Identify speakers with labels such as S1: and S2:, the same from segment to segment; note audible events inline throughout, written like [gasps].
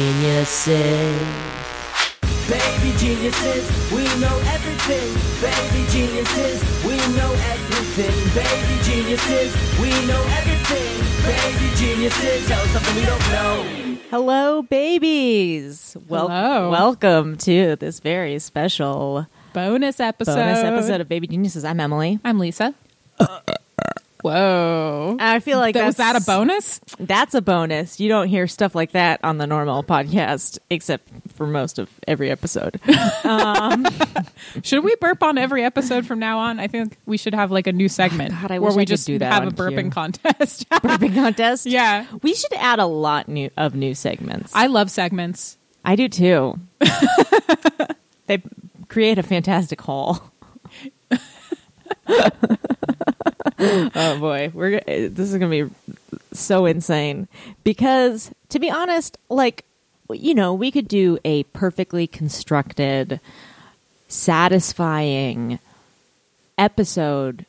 S1: geniuses.
S2: Baby geniuses, we know everything. Baby geniuses, we know everything. Baby geniuses, we know everything. Baby geniuses, tell us something we don't know.
S1: Hello, babies. Wel-
S3: Hello.
S1: Welcome to this very special
S3: bonus episode.
S1: bonus episode of Baby Geniuses. I'm Emily. [coughs]
S3: I'm Lisa. Whoa.
S1: I feel like
S3: That- was that
S1: that's-
S3: a bonus?
S1: That's a bonus. You don't hear stuff like that on the normal podcast, except for most of every episode. [laughs]
S3: Should we burp on every episode from now on? I think we should have like a new segment
S1: God, I
S3: where
S1: wish
S3: we
S1: I could
S3: just
S1: do that
S3: have
S1: on
S3: a burping
S1: cue.
S3: contest. [laughs]
S1: Burping contest.
S3: Yeah.
S1: we should add a lot new of new segments.
S3: I love segments.
S1: I do too. [laughs] they create a fantastic haul. [laughs] oh boy, we're g- this is gonna be so insane because, to be honest, like you know, we could do a perfectly constructed, satisfying episode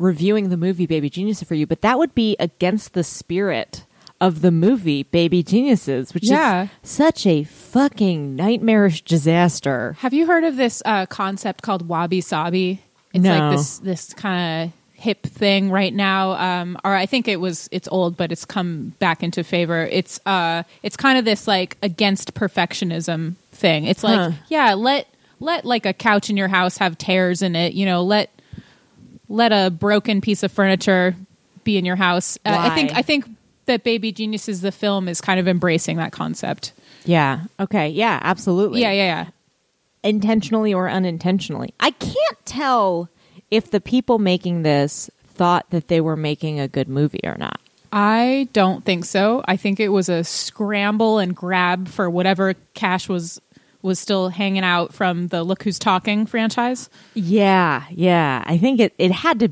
S1: reviewing the movie Baby Geniuses for you, but that would be against the spirit of the movie Baby Geniuses, which
S3: Yeah.
S1: is such a fucking nightmarish disaster.
S3: Have you heard of this uh, concept called wabi sabi? It's
S1: No.
S3: like this this kind of hip thing right now. Um, or I think it was it's old, but it's come back into favor. It's uh, it's kind of this like against perfectionism thing. It's like
S1: Huh.
S3: yeah, let let like a couch in your house have tears in it. You know, let let a broken piece of furniture be in your house. Uh, I think
S1: Why?
S3: I think that Baby Geniuses the film is kind of embracing that concept.
S1: Yeah. Okay. Yeah, absolutely.
S3: Yeah, yeah, yeah.
S1: Intentionally or unintentionally. I can't tell if the people making this thought that they were making a good movie or not.
S3: I don't think so. I think it was a scramble and grab for whatever cash was was still hanging out from the Look Who's Talking franchise.
S1: Yeah, yeah. I think it, it had to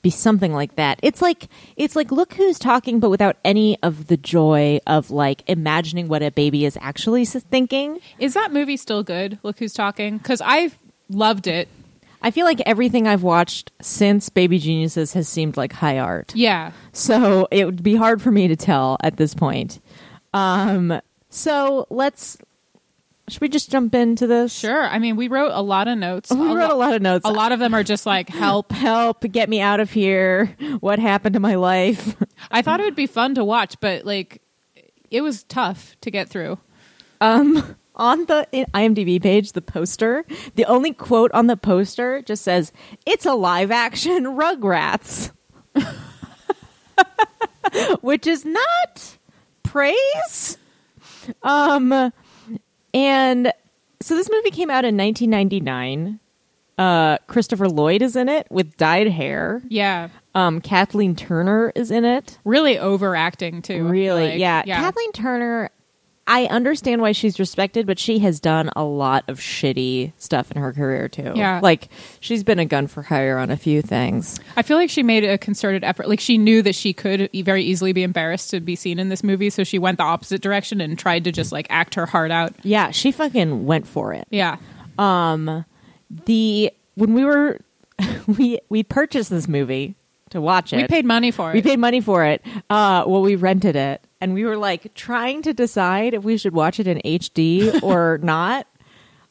S1: be something like that. It's like it's like look who's talking, but without any of the joy of like imagining what a baby is actually s- thinking.
S3: Is that movie still good? Look Who's Talking? Because I loved it.
S1: I feel like everything I've watched since Baby Geniuses has seemed like high art.
S3: Yeah,
S1: So it would be hard for me to tell at this point. Um, so let's. Should we just jump into this?
S3: sure. I mean, we wrote a lot of notes.
S1: We wrote a
S3: lo-
S1: lot of notes.
S3: A lot of them are just like help.
S1: Help, get me out of here. What happened to my life? [laughs]
S3: I thought it would be fun to watch, but like, it was tough to get through.
S1: on the IMDb page, the poster, the only quote on the poster just says, "It's a live action [laughs] Rugrats," [laughs] which is not praise. Um, and so this movie came out in 1999. Uh, Christopher Lloyd is in it with dyed hair.
S3: Yeah,
S1: Um, Kathleen Turner is in it.
S3: really overacting too. I feel
S1: Really?
S3: like.
S1: yeah.
S3: yeah.
S1: Kathleen Turner, I understand why she's respected, but she has done a lot of shitty stuff in her career too.
S3: Yeah.
S1: Like she's been a gun for hire on a few things.
S3: I feel like she made a concerted effort. Like she knew that she could e- very easily be embarrassed to be seen in this movie, so she went the opposite direction and tried to just like act her heart out.
S1: Yeah, she fucking went for it.
S3: Yeah.
S1: The when we were [laughs] we we purchased this movie to watch it.
S3: We paid money for it.
S1: We paid money for it. Uh, well, we rented it, and we were like trying to decide if we should watch it in
S3: [laughs]
S1: HD or not.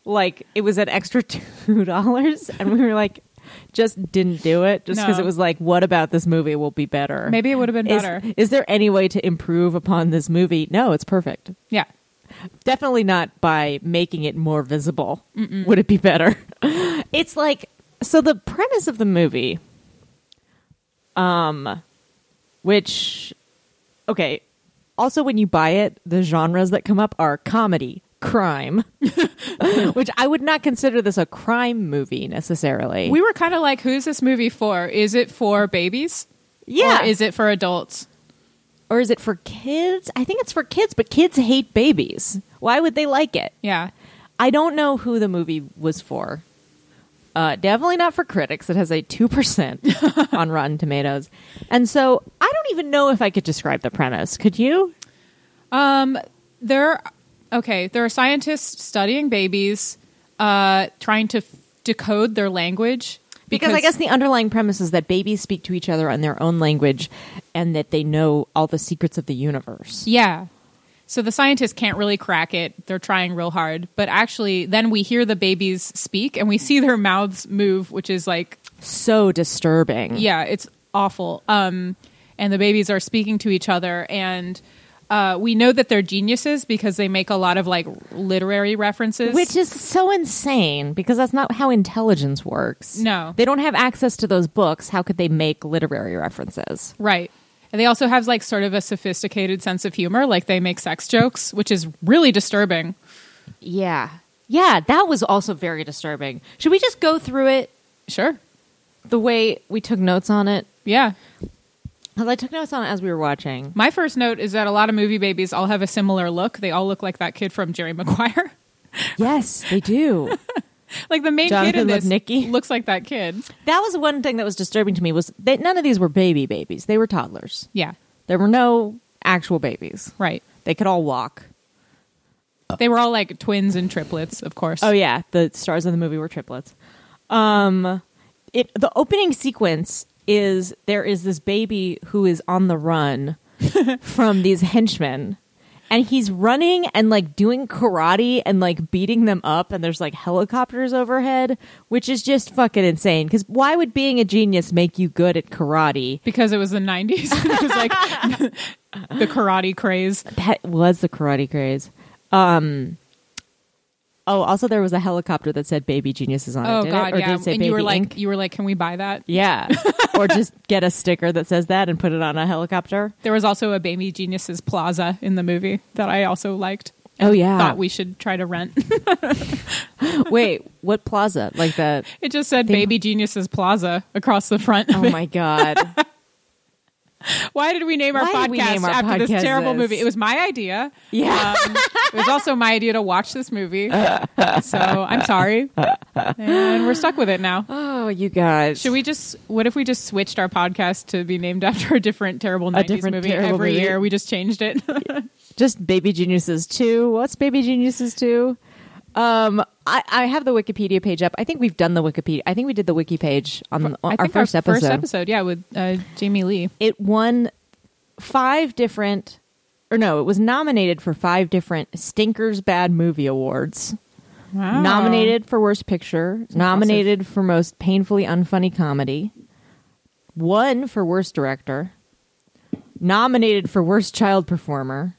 S1: Like it was an extra [laughs] two dollars, and we were like, just didn't do it, just because
S3: No.
S1: it was like, what about this movie will be better?
S3: Maybe it would have been
S1: Is-
S3: better.
S1: Is, there any way to improve upon this movie? No, it's perfect.
S3: yeah.
S1: Definitely not by making it more visible. Would it be better? [laughs] it's like so the premise of the movie um which okay, also when you buy it, the genres that come up are comedy, crime, [laughs] which I would not consider this a crime movie necessarily.
S3: We were kind of like, who's this movie for? Is it for babies?
S1: yeah,
S3: Or is it for adults?
S1: or is it for kids? I think it's for kids, but kids hate babies. Why would they like it?
S3: Yeah.
S1: I don't know who the movie was for. Uh, definitely not for critics. It has a 2% on Rotten Tomatoes. And so I don't even know if I could describe the premise. Could you?
S3: There okay, there are scientists studying babies, uh, trying to f- decode their language.
S1: Because, I guess the underlying premise is that babies speak to each other in their own language and that they know all the secrets of the universe.
S3: Yeah. So the scientists can't really crack it. They're trying real hard. But actually, then we hear the babies speak and we see their mouths move, which is like,
S1: So disturbing.
S3: yeah, it's awful. Um, and the babies are speaking to each other. And uh, we know that they're geniuses because they make a lot of like literary references.
S1: Which is so insane because that's not how intelligence works.
S3: No.
S1: They don't have access to those books. How could they make literary references?
S3: Right. And they also have like sort of a sophisticated sense of humor. Like they make sex jokes, which is really disturbing.
S1: Yeah. Yeah, that was also very disturbing. Should we just go through it
S3: Sure.
S1: the way we took notes on it?
S3: Yeah.
S1: Because I took notes on it as we were watching.
S3: My first note is that a lot of movie babies all have a similar look. They all look like that kid from Jerry [laughs] Maguire.
S1: Yes, they do.
S3: like the main kid
S1: Jonathan
S3: in this
S1: Lipnicki.
S3: looks like that kid.
S1: [laughs] that was one thing that was disturbing to me was that none of these were baby babies. They were toddlers.
S3: Yeah.
S1: There were no actual babies.
S3: Right.
S1: They could all walk.
S3: They were all like twins and triplets, of course.
S1: Oh yeah, the stars of the movie were triplets. Um, it the opening sequence is there is this baby who is on the
S3: [laughs]
S1: run from these henchmen, and he's running and like doing karate and like beating them up, and there's like helicopters overhead, which is just fucking insane. Because why would being a genius make you good at karate?
S3: Because it was the 90s. [laughs] it was like the karate craze.
S1: That was the karate craze. Um. Oh, also there was a helicopter that said "Baby Geniuses" on it.
S3: Oh
S1: did it?
S3: god,
S1: Or
S3: yeah.
S1: did it say
S3: and you were
S1: "Baby
S3: like
S1: Inc?
S3: you were like can we buy that?
S1: Yeah. [laughs] or just get a sticker that says that and put it on a helicopter.
S3: There was also a Baby Geniuses Plaza in the movie that I also liked.
S1: Oh yeah. [laughs]
S3: Thought we should try to rent. [laughs]
S1: Wait, what plaza? Like the
S3: it just said Baby Geniuses Plaza across
S1: [laughs]
S3: the front.
S1: Oh my god.
S3: Why did we name our
S1: Why
S3: podcast
S1: did we name our
S3: after
S1: podcast
S3: this terrible
S1: this?
S3: movie? It was my idea.
S1: Yeah.
S3: Um, it was also my idea to watch this movie. So I'm sorry. And we're stuck with it now.
S1: [laughs] Oh, you guys.
S3: Should we just, what if we just switched our podcast to be named after a different terrible 90s
S1: different
S3: movie
S1: terrible
S3: every
S1: movie.
S3: year? We just changed it.
S1: just Baby Geniuses 2? What's Baby Geniuses 2? Um I, I have the Wikipedia page up. I think we've done the Wikipedia. I think we did the wiki page on, on
S3: I
S1: our
S3: think
S1: first
S3: our
S1: episode.
S3: first episode, yeah, with uh, Jamie Lee.
S1: It won five different or no, it was nominated for five different Stinkers Bad Movie Awards.
S3: Wow.
S1: nominated for worst picture, nominated for most painfully unfunny comedy, one for worst director, nominated for worst child
S3: [laughs]
S1: performer,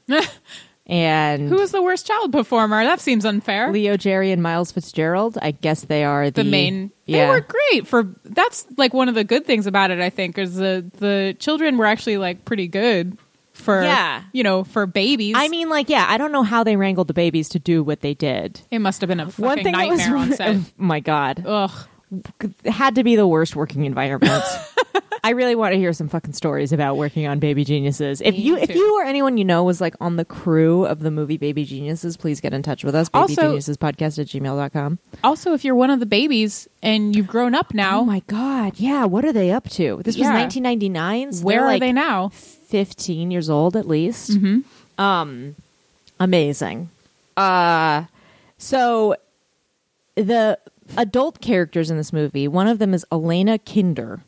S1: and
S3: Who was the worst child performer? That seems unfair.
S1: Leo Jerry and Miles Fitzgerald. I guess they are the,
S3: the main
S1: Yeah,
S3: they were great for that's like one of the good things about it i think is the the children were actually like pretty good for
S1: Yeah.
S3: you know for babies
S1: I mean, like, yeah, I don't know how they wrangled the babies to do what they did.
S3: it must have been a fucking
S1: that
S3: nightmare
S1: [laughs]
S3: on
S1: was,
S3: set
S1: oh my god,
S3: ugh
S1: It had to be the worst working
S3: [laughs]
S1: environment. I really want to hear some fucking stories about working on Baby Geniuses. If you, if
S3: too.
S1: you or anyone you know was like on the crew of the movie Baby Geniuses, please get in touch with us. Baby
S3: Also-
S1: Geniuses Podcast at gmail.com.
S3: also if you're one of the babies and you've grown up now
S1: Oh my God. Yeah. What are they up to? This
S3: Yeah.
S1: was 1999. So
S3: where
S1: they're,
S3: are
S1: like,
S3: they now
S1: 15 years old at least. Um,
S3: Mm-hmm.
S1: amazing. Uh, so the adult characters in this movie, one of them is Elena Kinder,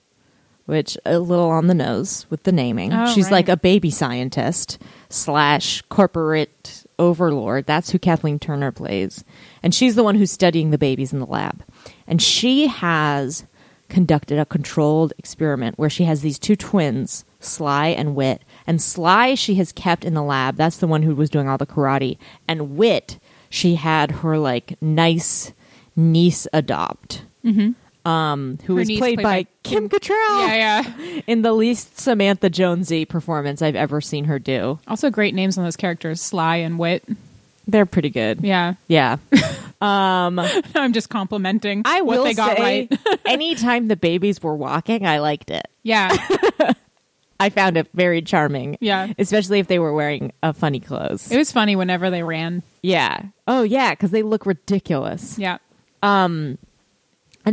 S1: which a little on the nose with the naming.
S3: Oh,
S1: She's
S3: right.
S1: like a baby scientist slash corporate overlord. That's who Kathleen Turner plays. And she's the one who's studying the babies in the lab. And she has conducted a controlled experiment where she has these two twins, Sly and Wit. And Sly she has kept in the lab. That's the one who was doing all the karate. And Wit, she had her like nice niece adopt. Um, who
S3: Mm-hmm. Her
S1: was
S3: niece
S1: played,
S3: played
S1: by,
S3: by
S1: Kim Cattrall
S3: yeah yeah
S1: [laughs] in the least Samantha Jonesy performance I've ever seen her do.
S3: also great names on those characters sly and wit
S1: They're pretty good.
S3: yeah [laughs]
S1: Yeah.
S3: i'm just complimenting
S1: I
S3: what
S1: will
S3: they got
S1: say, [laughs]
S3: right
S1: anytime the babies were walking, I liked it.
S3: yeah
S1: I found it very charming.
S3: Yeah.
S1: Especially if they were wearing uh, funny clothes.
S3: it was funny whenever they ran
S1: yeah. Oh, yeah, because they look ridiculous.
S3: yeah
S1: And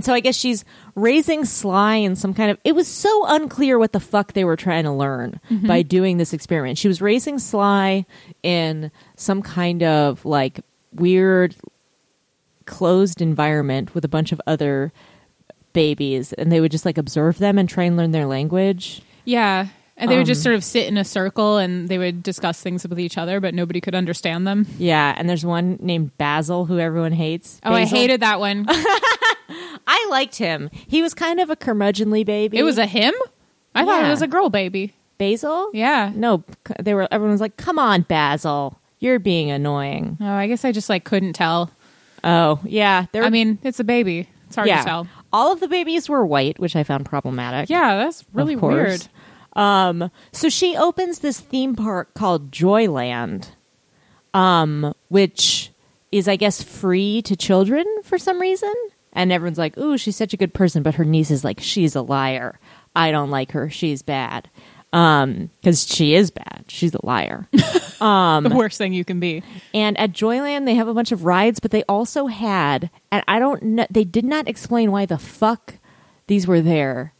S1: so I guess she's raising Sly in some kind of. It was so unclear what the fuck they were trying to learn
S3: Mm-hmm.
S1: by doing this experiment. She was raising Sly in some kind of like weird closed environment with a bunch of other babies, and they would just like observe them and try and learn their language.
S3: Yeah. And they would
S1: Um,
S3: just sort of sit in a circle and they would discuss things with each other, but nobody could understand them.
S1: Yeah, and there's one named Basil who everyone hates.
S3: Oh, I
S1: Basil.
S3: hated
S1: [laughs]
S3: that one.
S1: I liked him. He was kind of a curmudgeonly baby.
S3: It was a him? I thought it
S1: Yeah.
S3: was a girl baby.
S1: Basil.
S3: Yeah.
S1: No, c- they were. Everyone was like, "Come on, Basil, you're being annoying."
S3: Oh, I guess I just like couldn't tell.
S1: Oh, yeah. There.
S3: I mean, it's a baby. It's hard
S1: yeah.
S3: to tell.
S1: All of the babies were white, which I found problematic.
S3: Yeah, that's really
S1: of course.
S3: weird.
S1: Um, so she opens this theme park called Joyland, um, which is, I guess, free to children for some reason. And everyone's like, "Ooh, she's such a good person," but her niece is like, "She's a liar. I don't like her. She's bad." Um, because she is bad. She's a liar. Um,
S3: the worst thing you can be.
S1: And at Joyland, they have a bunch of rides, but they also had, and I don't know, they did not explain why the fuck these were there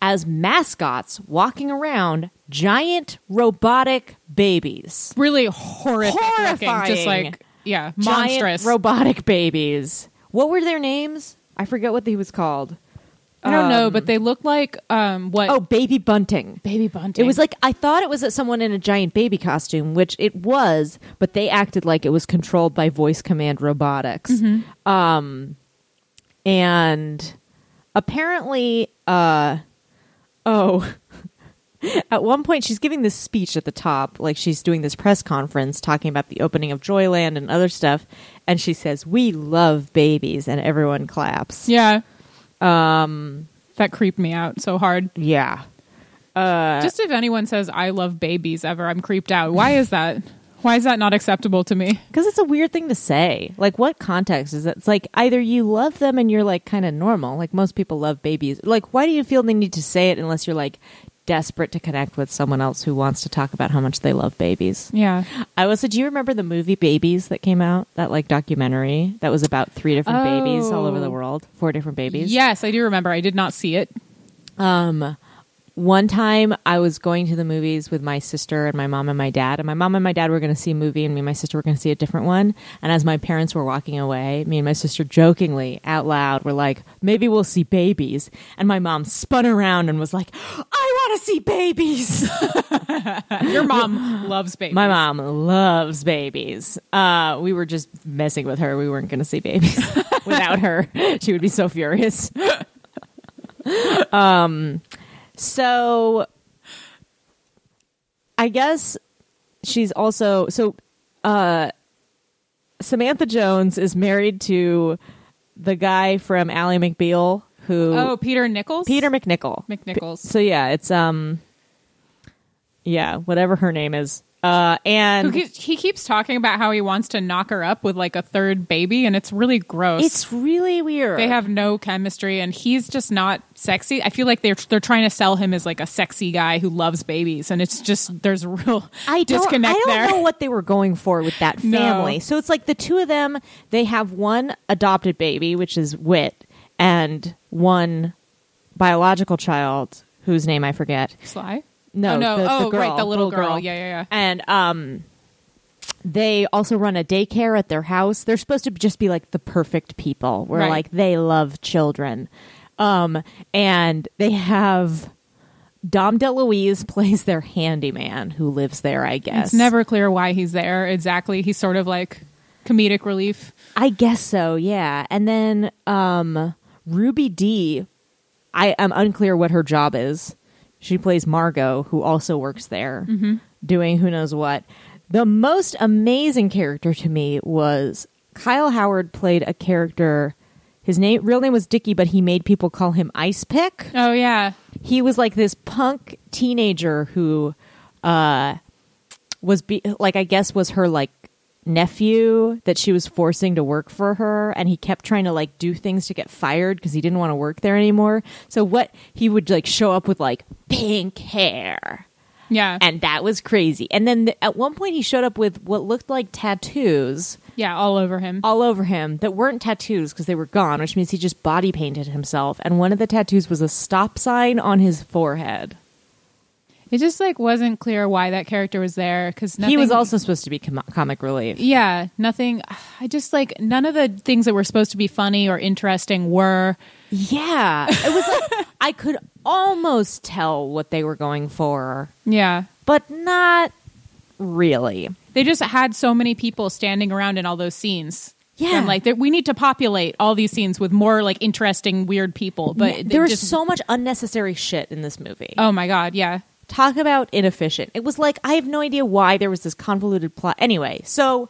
S1: as mascots walking around giant robotic babies.
S3: Really horrific looking. Just
S1: Horrifying.
S3: like, yeah,
S1: Giant
S3: monstrous.
S1: robotic babies. What were their names? I forget what he was called.
S3: I don't know, but they look like um what
S1: Oh, Baby Bunting.
S3: baby bunting.
S1: It was like I thought it was at someone in a giant baby costume, which it was, but they acted like it was controlled by voice command robotics. Um, and apparently, uh, oh, [laughs] at one point she's giving this speech at the top, like she's doing this press conference talking about the opening of Joyland and other stuff, and she says, "We love babies," and everyone claps.
S3: Yeah. Um
S1: um,
S3: that creeped me out so hard.
S1: yeah. Uh,
S3: Just if anyone says I love babies ever, I'm creeped out. Why is that? Why is that not acceptable to me?
S1: Because it's a weird thing to say. Like, what context is that? It's like either you love them and you're like kind of normal, like most people love babies. Like, why do you feel the need to say it unless you're like desperate to connect with someone else who wants to talk about how much they love babies?
S3: Yeah.
S1: I also, do you remember the movie Babies that came out? That like documentary that was about three different babies all over the
S3: Oh.
S1: world, four different babies.
S3: Yes, I do remember. I did not see it.
S1: one time I was going to the movies with my sister and my mom and my dad, and my mom and my dad were going to see a movie, and me and my sister were going to see a different one. And as my parents were walking away, me and my sister jokingly out loud were like, "Maybe we'll see babies." And my mom spun around and was like, "I want to see babies." [laughs]
S3: Your mom loves babies.
S1: my mom loves babies. Uh, we were just messing with her. We weren't going to see babies [laughs] without her. She would be so furious. [laughs] um, so I guess she's also so uh Samantha Jones is married to the guy from Ally McBeal who
S3: Oh, Peter Nichols?
S1: Peter McNichol.
S3: McNichols.
S1: So yeah, it's um yeah, whatever her name is. Uh and
S3: Who keeps- he keeps talking about how he wants to knock her up with like a third baby, and it's really gross.
S1: it's really weird.
S3: they have no chemistry, and he's just not sexy. I feel like they're they're trying to sell him as like a sexy guy who loves babies, and it's just there's a real
S1: I don't,
S3: disconnect
S1: I don't
S3: there.
S1: know what they were going for with that
S3: No.
S1: family. So it's like the two of them, they have one adopted baby, which is Wit, and one biological child whose name I forget.
S3: Sly?
S1: No,
S3: oh, no,
S1: the- the
S3: oh,
S1: girl,
S3: right, the little girl. Yeah, yeah, yeah.
S1: And um, they also run a daycare at their house. They're supposed to just be like the perfect people, where
S3: Right.
S1: like they love children. Um, and they have Dom DeLuise [laughs] plays their handyman who lives there. I guess
S3: It's never clear why he's there exactly. He's sort of like comedic relief.
S1: I guess so, yeah. And then um Ruby D, I am unclear what her job is. She plays Margot, who also works there, doing who knows what. The most amazing character to me was Kyle Howard played a character. His name, real name was Dickie, but he made people call him Ice Pick
S3: Oh yeah,
S1: he was like this punk teenager who uh was be- like i guess was her like nephew that she was forcing to work for her and he kept trying to like do things to get fired because he didn't want to work there anymore so what he would like show up with like pink hair
S3: yeah,
S1: and that was crazy and then th- at one point he showed up with what looked like tattoos
S3: yeah, all over him.
S1: all over him that weren't tattoos because they were gone which means he just body painted himself and one of the tattoos was a stop sign on his forehead
S3: It just like wasn't clear why that character was there because
S1: he was also supposed to be com- comic relief.
S3: yeah nothing. I just like none of the things that were supposed to be funny or interesting were.
S1: [laughs] Yeah, it was like I could almost tell what they were going for,
S3: Yeah.
S1: but not really.
S3: They just had so many people standing around in all those scenes.
S1: Yeah.
S3: And like, they- we need to populate all these scenes with more like interesting, weird people. But
S1: Yeah,
S3: it
S1: there was
S3: just,
S1: so much unnecessary shit in this movie.
S3: Oh my God. Yeah.
S1: Talk about inefficient. It was like I have no idea why there was this convoluted plot. Anyway, so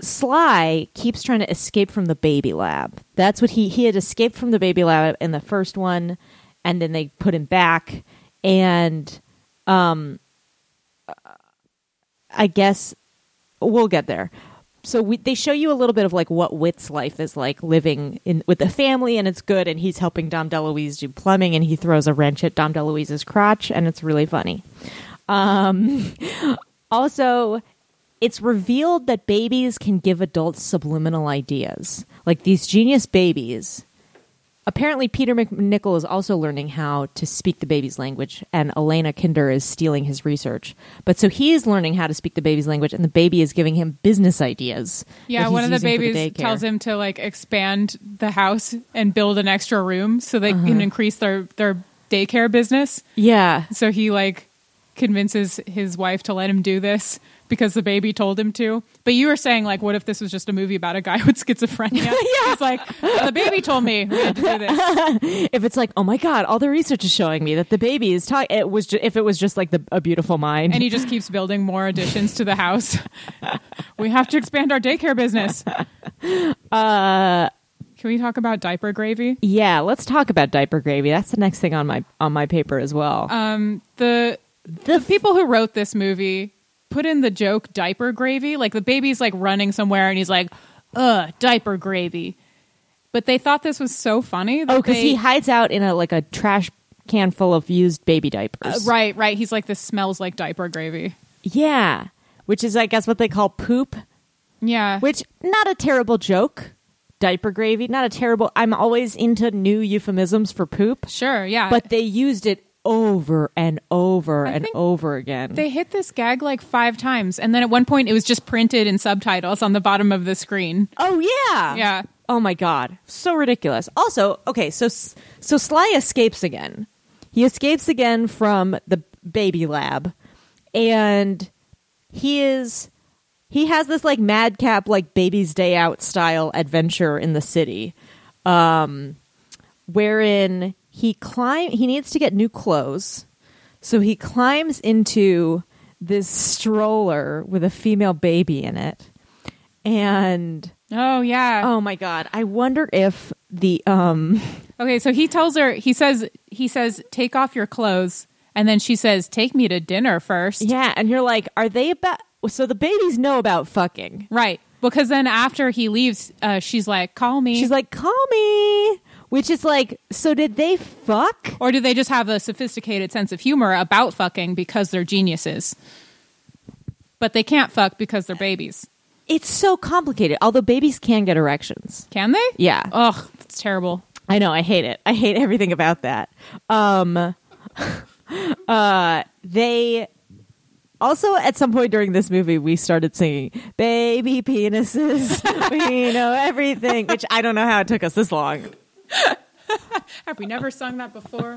S1: Sly keeps trying to escape from the baby lab. That's what he he had escaped from the baby lab in the first one, and then they put him back. And um, I guess we'll get there. So we, they show you a little bit of like what Wit's life is like living in with a family, and it's good. And he's helping Dom DeLuise do plumbing, and he throws a wrench at Dom DeLuise's crotch, and it's really funny. Um, also, it's revealed that babies can give adults subliminal ideas, like these genius babies. Apparently, Peter McNichol is also learning how to speak the baby's language, and Elena Kinder is stealing his research. But so he is learning how to speak the baby's language, and the baby is giving him business ideas. that
S3: Yeah.
S1: he's
S3: One of the
S1: using for
S3: babies
S1: daycare.
S3: tells him to like expand the house and build an extra room so they
S1: Uh-huh.
S3: can increase their, their daycare business.
S1: Yeah.
S3: So he like convinces his wife to let him do this because the baby told him to. But you were saying like, what if this was just a movie about a guy [laughs] with
S1: [laughs]
S3: schizophrenia? yeah, it's like the baby told me we had to do this.
S1: If it's like, oh my God, all the research is showing me that the baby is talking, it was ju- if it was just like the, a beautiful mind.
S3: And he just keeps building more additions to the house. [laughs] we have to expand our daycare business. Uh,
S1: Uh,
S3: Can we talk about diaper gravy?
S1: yeah, let's talk about diaper gravy. That's the next thing on my on my paper as well.
S3: Uh, The
S1: the
S3: the people who wrote this movie put in the joke diaper gravy. Like the baby's like running somewhere and he's like, ugh, diaper gravy. But they thought this was so funny. That
S1: Oh, because
S3: they-
S1: he hides out in a like a trash can full of used baby
S3: Uh,
S1: diapers.
S3: right, right. He's like, this smells like diaper gravy.
S1: Yeah, which is I guess what they call poop.
S3: Yeah.
S1: Which not a terrible joke. Diaper gravy, not a terrible. I'm always into new euphemisms for poop,
S3: Sure, yeah.
S1: but they used it over and over
S3: I
S1: and
S3: think
S1: over again.
S3: they hit this gag like five times. And then at one point, it was just printed in subtitles on the bottom of the screen.
S1: oh yeah,
S3: Yeah.
S1: Oh my god, so ridiculous. Also, okay, so so Sly escapes again. He escapes again from the baby lab, and he is he has this like madcap like baby's day out style adventure in the city, um, wherein he climb he needs to get new clothes, so he climbs into this stroller with a female baby in it, and.
S3: Oh, yeah.
S1: Oh my god! I wonder if the um [laughs]
S3: Okay, so he tells her, he says, he says, take off your clothes. And then she says, take me to dinner first.
S1: yeah, and you're like, are they about? So the babies know about fucking.
S3: Right. Because then after he leaves, uh, she's like, call me.
S1: She's like, call me, which is like, so did they fuck?
S3: or do they just have a sophisticated sense of humor about fucking because they're geniuses? But they can't fuck because they're babies.
S1: It's so complicated. Although babies can get erections.
S3: Can they?
S1: Yeah.
S3: Ugh, that's terrible.
S1: I know. I hate it. I hate everything about that. Um, [laughs] uh, they also at some point during this movie we started singing "Baby Penises." [laughs] we know everything, which I don't know how it took us this long.
S3: Have we never sung
S1: [gasps]
S3: that before?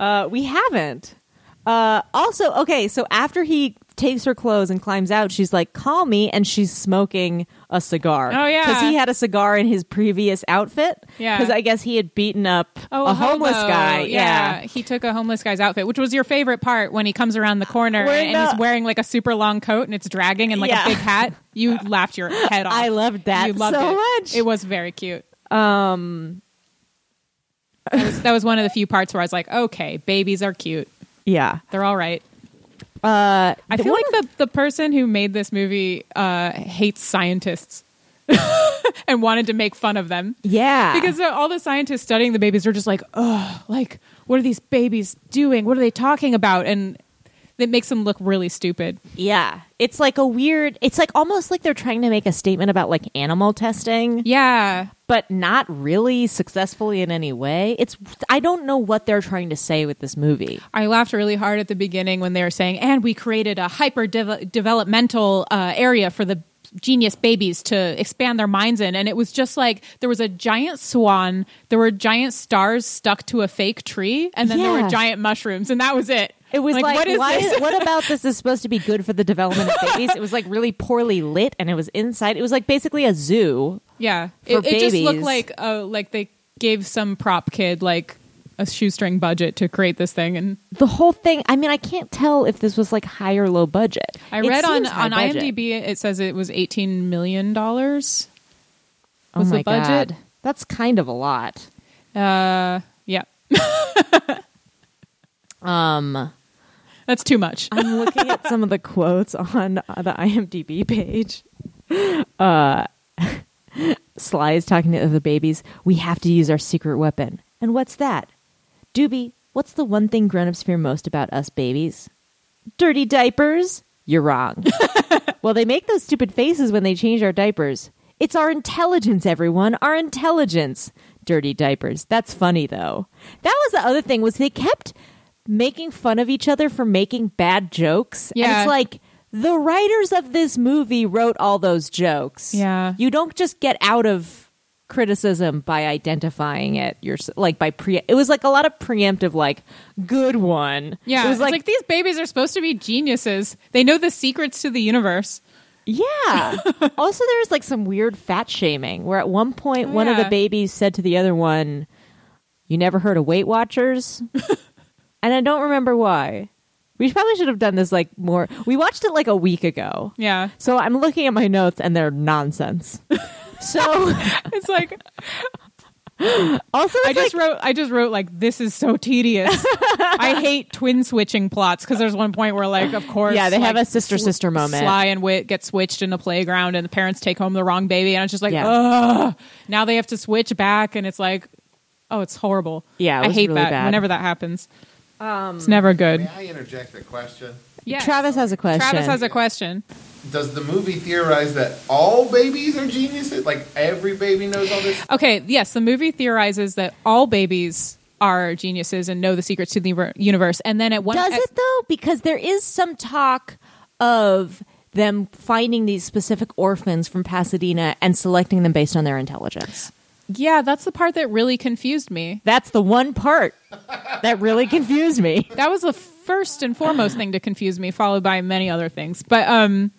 S1: Uh, we haven't. Uh, also, okay, so after he takes her clothes and climbs out, she's like, call me, and she's smoking a cigar.
S3: Oh, yeah.
S1: Because he had a cigar in his previous outfit.
S3: Yeah.
S1: Because I guess he had beaten up
S3: Oh,
S1: a, homeless
S3: hobo.
S1: guy. Yeah.
S3: he took a homeless guy's outfit, which was your favorite part when he comes around the corner
S1: We're
S3: and,
S1: not-
S3: he's wearing like a super long coat and it's dragging and like
S1: Yeah.
S3: a big hat.
S1: [laughs]
S3: You laughed your head off.
S1: I loved that
S3: you loved
S1: so
S3: it.
S1: much.
S3: It was very cute. Um, that was, that was one of the few parts where I was like, okay, babies are cute.
S1: yeah.
S3: They're all right.
S1: Uh,
S3: I
S1: the
S3: feel
S1: one-
S3: like the, the person who made this movie uh, hates scientists [laughs] and wanted to make fun of them.
S1: Yeah.
S3: Because uh, all the scientists studying the babies are just like, oh, like, what are these babies doing? What are they talking about? And that makes them look really stupid.
S1: Yeah. It's like a weird, it's like almost like they're trying to make a statement about like animal testing,
S3: Yeah.
S1: but not really successfully in any way. It's, I don't know what they're trying to say with this movie.
S3: I laughed really hard at the beginning when they were saying, and we created a hyper deve- developmental uh, area for the genius babies to expand their minds in. And it was just like there was a giant swan, there were giant stars stuck to a fake tree, and then there
S1: Yeah.
S3: were giant mushrooms, and that was it.
S1: It was like,
S3: what is
S1: why- [laughs]
S3: this?
S1: what about this is supposed to be good for the development of babies? It was like really poorly lit and it was inside. It was like basically a zoo.
S3: Yeah,
S1: for
S3: it, it just looked
S1: babies.
S3: like uh, like they gave some prop kid like a shoestring budget to create this thing, and
S1: The whole thing, I mean, I can't tell if this was like high or low budget.
S3: I
S1: It
S3: read on
S1: seems high
S3: on
S1: budget.
S3: IMDb it says it was eighteen million dollars.
S1: Oh
S3: was the
S1: my
S3: budget.
S1: God. That's kind of a lot.
S3: Uh, yeah,
S1: Um,
S3: that's too much.
S1: I'm looking at some of the quotes on uh, the IMDb page. Uh, [laughs] Sly is talking to the babies. We have to use our secret weapon. And what's that? Doobie, what's the one thing grown-ups fear most about us babies? Dirty diapers? You're
S3: [laughs]
S1: wrong. well, they make those stupid faces when they change our diapers. It's our intelligence, everyone. Our intelligence. Dirty diapers. That's funny though. That was the other thing was they kept making fun of each other for making bad jokes. And
S3: Yeah.
S1: it's like the writers of this movie wrote all those jokes.
S3: Yeah.
S1: You don't just get out of criticism by identifying it. You're like by pre It was like a lot of preemptive like good one.
S3: Yeah,
S1: It was
S3: it's like,
S1: like
S3: these babies are supposed to be geniuses. They know the secrets to the universe. [laughs]
S1: Yeah. also, there was like some weird fat shaming where at one point
S3: Oh,
S1: one of
S3: yeah.
S1: the babies said to the other one, "You never heard of Weight
S3: [laughs]
S1: Watchers?" and I don't remember why. We probably should have done this like more. We watched it like a week ago,
S3: Yeah,
S1: so I'm looking at my notes and they're
S3: [laughs]
S1: nonsense. so [laughs]
S3: it's like
S1: also, it's
S3: I just
S1: like,
S3: wrote. I just wrote like this is
S1: [laughs]
S3: so tedious. I hate twin switching plots because there's one point where like of course
S1: Yeah, they have
S3: like,
S1: a sister-sister moment.
S3: Sly and Wit get switched in the playground and the parents take home the wrong baby and it's just like
S1: Yeah.
S3: ugh. Now they have to switch back and it's like oh it's horrible.
S1: Yeah, it
S3: I
S1: was
S3: hate
S1: really
S3: that.
S1: bad.
S3: Whenever that happens, it's never good.
S4: May I interject a question?
S3: Yeah,
S1: Travis has a question.
S3: Travis has a question.
S4: Does the movie theorize that all babies are geniuses? Like every baby knows all this?
S3: Okay, yes, the movie theorizes that all babies are geniuses and know the secrets to the univer- universe, and then at one
S1: Does it though? Because there is some talk of them finding these specific orphans from Pasadena and selecting them based on their intelligence.
S3: Yeah, that's the part that really confused me.
S1: That's the one part that really confused me.
S3: That was the first and foremost thing to confuse me, followed by many other things. But um,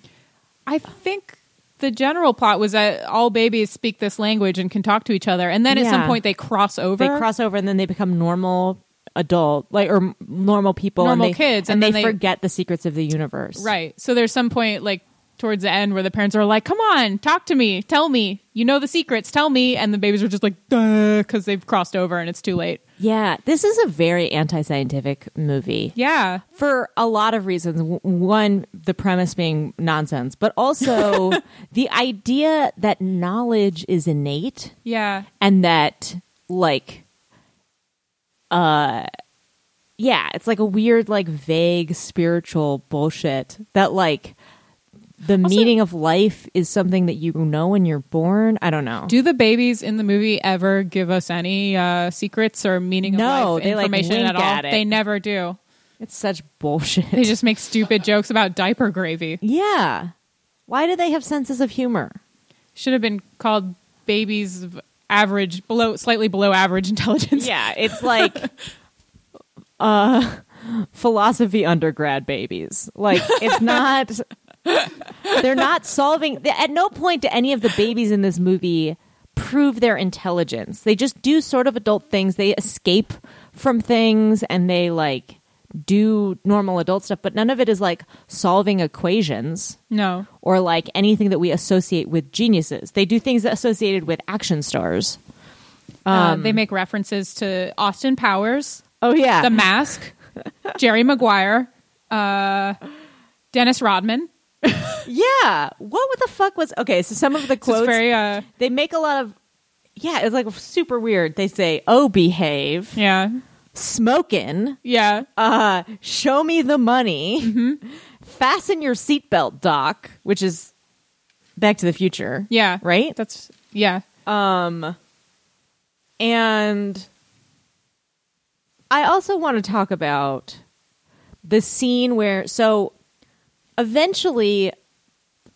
S3: I think the general plot was that all babies speak this language and can talk to each other, and then at some
S1: Yeah.
S3: point they cross over.
S1: [laughs] They cross over and then they become normal adult, like or m- normal people,
S3: Normal
S1: and they,
S3: kids,
S1: and,
S3: and then
S1: they,
S3: they-
S1: forget the secrets of the universe.
S3: Right. So there's some point like towards the end where the parents are like, "Come on, talk to me, tell me, you know the secrets, tell me," and the babies are just like, because they've crossed over and it's too late.
S1: Yeah, this is a very anti-scientific movie.
S3: Yeah.
S1: for a lot of reasons. W- One, the premise being nonsense, but [laughs] also the idea that knowledge is innate
S3: Yeah.
S1: and that, like, uh, yeah, it's like a weird, like, vague spiritual bullshit that, like, the meaning of life is something that you know when you're born. I don't know.
S3: Do the babies in the movie ever give us any uh, secrets or meaning
S1: No,
S3: of life
S1: they, like,
S3: information
S1: wink
S3: at all?
S1: at it.
S3: They never do.
S1: it's such bullshit. [laughs]
S3: They just make stupid jokes about diaper gravy.
S1: yeah. Why do they have senses of humor?
S3: Should have been called babies of average, below, slightly below average [laughs] intelligence.
S1: Yeah, it's like [laughs] uh philosophy undergrad babies. Like it's not [laughs] they're not solving at no point do any of the babies in this movie prove their intelligence. They just do sort of adult things. They escape from things and they like do normal adult stuff, but none of it is like solving equations
S3: No.
S1: or like anything that we associate with geniuses. They do things that associated with action stars. Um,
S3: Uh, they make references to Austin Powers,
S1: Oh yeah.
S3: The Mask, Jerry Maguire, uh, Dennis Rodman.
S1: Yeah. What the fuck was okay? So some of the
S3: So
S1: quotes
S3: it's very, uh,
S1: they make a lot of yeah. It's like super weird. They say "oh behave,"
S3: yeah.
S1: smoking.
S3: Yeah.
S1: Uh, show me the money.
S3: Mm-hmm.
S1: Fasten your seatbelt, Doc, which is Back to the Future.
S3: Yeah.
S1: Right?
S3: That's yeah.
S1: And I also want to talk about the scene where so eventually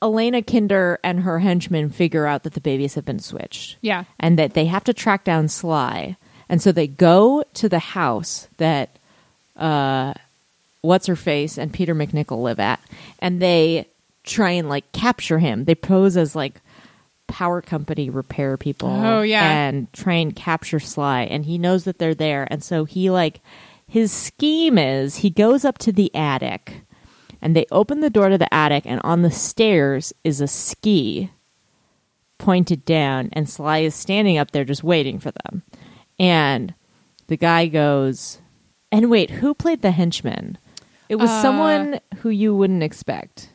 S1: Elena Kinder and her henchmen figure out that the babies have been switched.
S3: Yeah.
S1: And that they have to track down Sly. And so they go to the house that uh what's her face and Peter McNichol live at and they try and like capture him. They pose as like power company repair people
S3: Oh, yeah.
S1: and try and capture Sly and he knows that they're there and so he like his scheme is he goes up to the attic and they open the door to the attic and on the stairs is a ski pointed down and Sly is standing up there just waiting for them. And the guy goes, and wait, who played the henchman? It was
S3: Uh,
S1: someone who you wouldn't expect.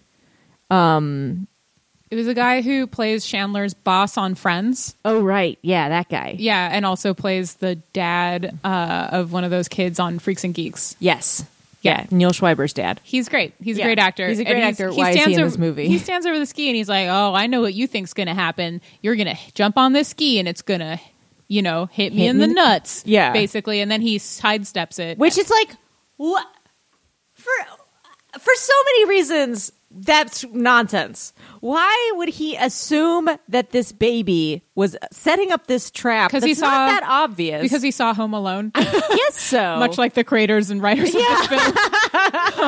S3: It was a guy who plays Chandler's boss on Friends.
S1: Oh, right. Yeah, that guy.
S3: Yeah, and also plays the dad uh, of one of those kids on Freaks and Geeks.
S1: Yes. Yeah, Neil Schweiber's dad.
S3: He's great. He's
S1: Yeah.
S3: a great actor.
S1: He's a
S3: And
S1: great actor. Why is he in
S3: over,
S1: this movie?
S3: He stands over the ski and he's like, "Oh, I know what you think's going to happen. You're going to jump on this ski and it's going to, you know, hit me
S1: Hit
S3: in
S1: me
S3: the
S1: in the-
S3: nuts."
S1: Yeah.
S3: basically. And then he sidesteps it.
S1: Which is like, what? For, for so many reasons, that's nonsense. Why would he assume that this baby was setting up this trap?
S3: 'Cause he
S1: That's not
S3: saw-
S1: that obvious.
S3: [laughs] because he saw Home Alone,
S1: [laughs]
S3: [laughs]
S1: yes, so
S3: much like the creators and writers of this film.
S1: [laughs]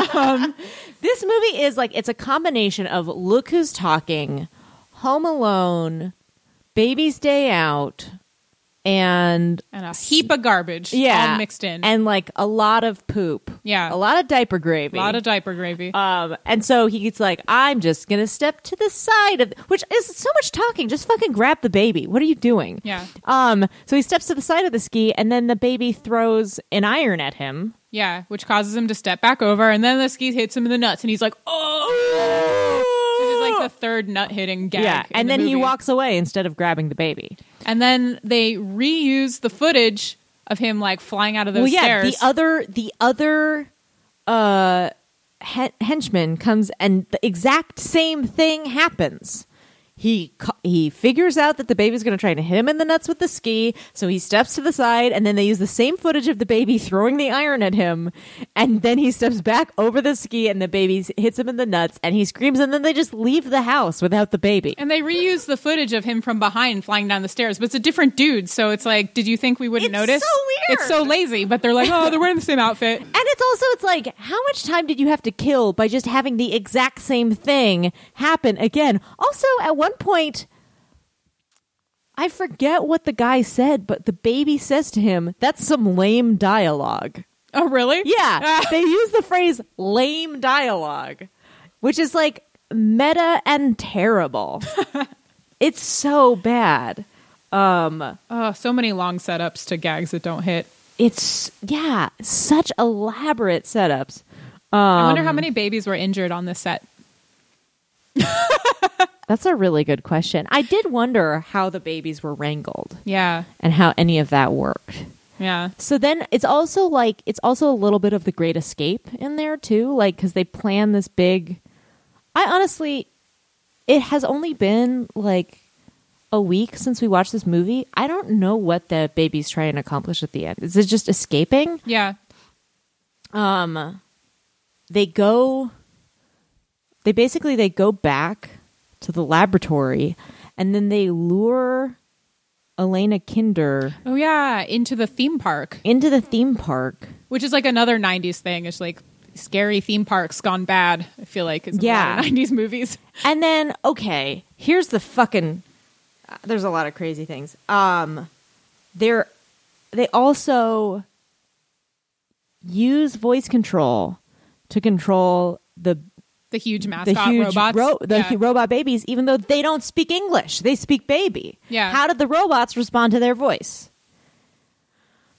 S1: This movie is like it's a combination of Look Who's Talking, Home Alone, Baby's Day Out, and
S3: And a heap of garbage,
S1: yeah,
S3: all mixed in.
S1: and like a lot of poop,
S3: Yeah.
S1: a lot of diaper
S3: a
S1: gravy,
S3: lot of diaper gravy.
S1: um, and so he's like, I'm just gonna step to the side of, which is so much talking. Just fucking grab the baby. What are you doing?
S3: Yeah.
S1: Um. So he steps to the side of the ski, and then the baby throws an iron at him.
S3: Yeah, which causes him to step back over, and then the ski hits him in the nuts, and he's like, "Oh!" This is like the third nut hitting gag.
S1: yeah.
S3: in
S1: And
S3: the
S1: then he
S3: movie.
S1: walks away instead of grabbing the baby.
S3: and then they reuse the footage of him like flying out of those
S1: well, yeah,
S3: stairs.
S1: the other the other uh hen- henchman comes and the exact same thing happens. He ca- he figures out that the baby's going to try to hit him in the nuts with the ski, so he steps to the side and then they use the same footage of the baby throwing the iron at him and then he steps back over the ski and the baby s- hits him in the nuts and he screams and then they just leave the house without the baby.
S3: and they reuse the footage of him from behind flying down the stairs, but it's a different dude. So it's like, did you think we wouldn't
S1: It's
S3: notice?
S1: so weird.
S3: It's so lazy, but they're like, oh, they're wearing the same outfit. [laughs]
S1: And it's also it's like how much time did you have to kill by just having the exact same thing happen again? Also, at one point I forget what the guy said, but the baby says to him, "That's some lame dialogue."
S3: Oh, really? [laughs]
S1: Yeah, they use the phrase "lame dialogue," which is like meta and terrible. it's so bad.
S3: Oh, so many long setups to gags that don't hit.
S1: It's yeah, such elaborate setups. Um,
S3: I wonder how many babies were injured on this set.
S1: That's a really good question. I did wonder how the babies were wrangled
S3: Yeah,
S1: and how any of that worked.
S3: yeah.
S1: So then it's also like it's also a little bit of the great escape in there too, like cuz they plan this big I honestly it has only been like a week since we watched this movie. I don't know what the babies try and accomplish at the end. Is it just escaping?
S3: Yeah.
S1: they go they basically they go back to the laboratory and then they lure Elena Kinder
S3: Oh yeah, into the theme park,
S1: into the theme park.
S3: which is like another '90s thing. It's like scary theme parks gone bad. I feel like is in
S1: Yeah.
S3: a [laughs] lot of '90s movies.
S1: And then okay, here's the fucking uh, there's a lot of crazy things. Um they're they also use voice control to control the
S3: The huge mascot
S1: the huge
S3: robots,
S1: ro- the
S3: yeah.
S1: hu- robot babies, even though they don't speak English, they speak baby.
S3: Yeah.
S1: How did the robots respond to their voice?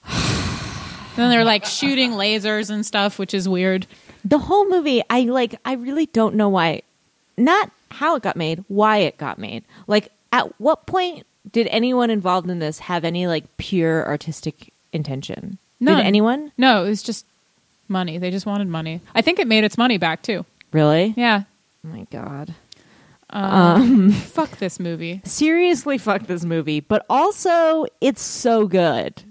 S3: then they're like shooting lasers and stuff, which is weird.
S1: The whole movie, I like. I really don't know why, not how it got made, why it got made. Like, at what point did anyone involved in this have any like pure artistic intention?
S3: No.
S1: Did anyone?
S3: No, it was just money. They just wanted money. I think it made its money back too.
S1: Really?
S3: Yeah.
S1: Oh my god.
S3: Fuck this movie.
S1: Seriously, fuck this movie, but also it's so
S3: [laughs]
S1: good.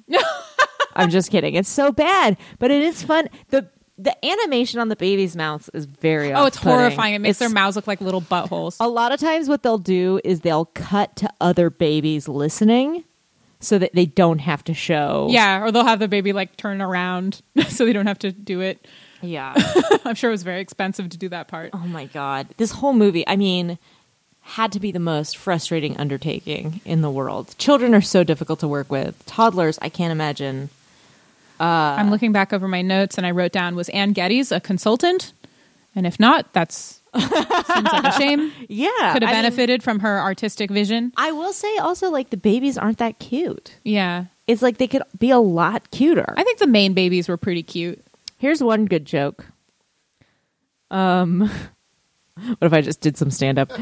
S1: I'm just kidding. It's so bad, but it is fun. the The animation on the baby's mouths is very
S3: Oh, it's
S1: off-putting.
S3: horrifying. It makes
S1: It's-
S3: their mouths look like little buttholes.
S1: A lot of times, what they'll do is they'll cut to other babies listening, so that they don't have to show.
S3: Yeah, or they'll have the baby like turn around [laughs] so they don't have to do it. [laughs]
S1: yeah. [laughs]
S3: I'm sure it was very expensive to do that part.
S1: Oh my god. This whole movie, I mean, had to be the most frustrating undertaking in the world. Children are so difficult to work with. Toddlers, I can't imagine.
S3: I'm looking back over my notes and I wrote down was Ann Geddes a consultant? And if not, that's [laughs] seems like a shame.
S1: [laughs] Yeah.
S3: Could have
S1: I mean,
S3: benefited from her artistic vision.
S1: I will say also like the babies aren't that cute.
S3: Yeah.
S1: It's like they could be a lot cuter.
S3: I think the main babies were pretty cute.
S1: Here's one good joke. Um [laughs] what if I just did some Uh, stand
S3: [laughs]
S1: up?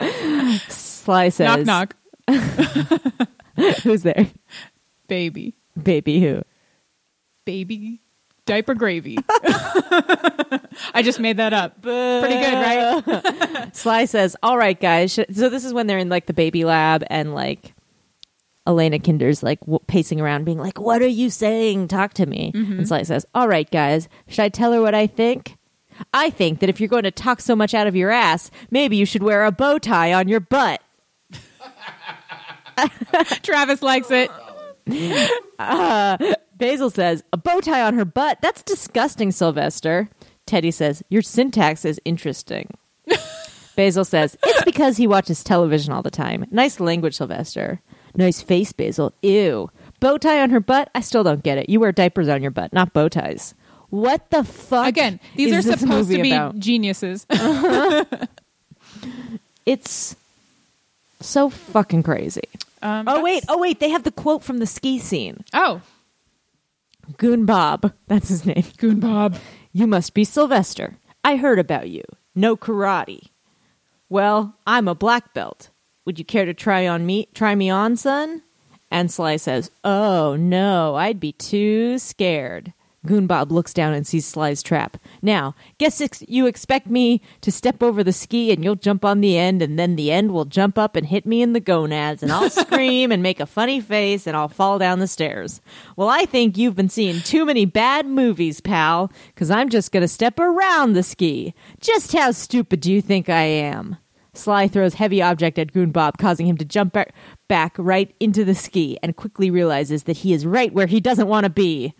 S1: [laughs] Sly says
S3: knock knock.
S1: Who's there?
S3: Baby.
S1: Baby who?
S3: Baby diaper gravy. [laughs] I just made that up. Pretty
S1: [laughs]
S3: good, right?
S1: Sly says, "All right, guys." Sh- So this is when they're in like the baby lab, and like Elena Kinder's like w- pacing around, being like, "What are you saying? Talk to me." And Sly says, "All right, guys. Should I tell her what I think? I think that if you're going to talk so much out of your ass, maybe you should wear a bow tie on your butt."
S3: Travis likes it.
S1: Basil says, "A bow tie on her butt? That's disgusting, Sylvester." Teddy says, "Your syntax is
S3: [laughs]
S1: interesting." Basil says, "It's because he watches television all the time. Nice language, Sylvester. Nice face, Basil. Ew. Bow tie on her butt? I still don't get it. You wear diapers on your butt, not bow ties. What the fuck?
S3: Again, these
S1: is
S3: are
S1: this
S3: supposed to
S1: movie
S3: be
S1: about? [laughs]
S3: geniuses.
S1: It's so fucking crazy.
S3: Um,
S1: oh wait,
S3: that's-
S1: oh wait, they have the quote from the ski scene.
S3: Oh,
S1: Goon Bob, that's his name.
S3: Goon Bob.
S1: You must be Sylvester. I heard about you. No karate. Well, I'm a black belt. Would you care to try on me try me on, son? And Sly says, Oh no, I'd be too scared. Goon Bob looks down and sees Sly's trap. Now, guess ex- you expect me to step over the ski and you'll jump on the end, and then the end will jump up and hit me in the gonads, and I'll scream and make a funny face, and I'll fall down the stairs. Well, I think you've been seeing too many bad movies, pal, because I'm just going to step around the ski. Just how stupid do you think I am? Sly throws heavy object at Goon Bob, causing him to jump ba- back right into the ski, and quickly realizes that he is right where he doesn't want to be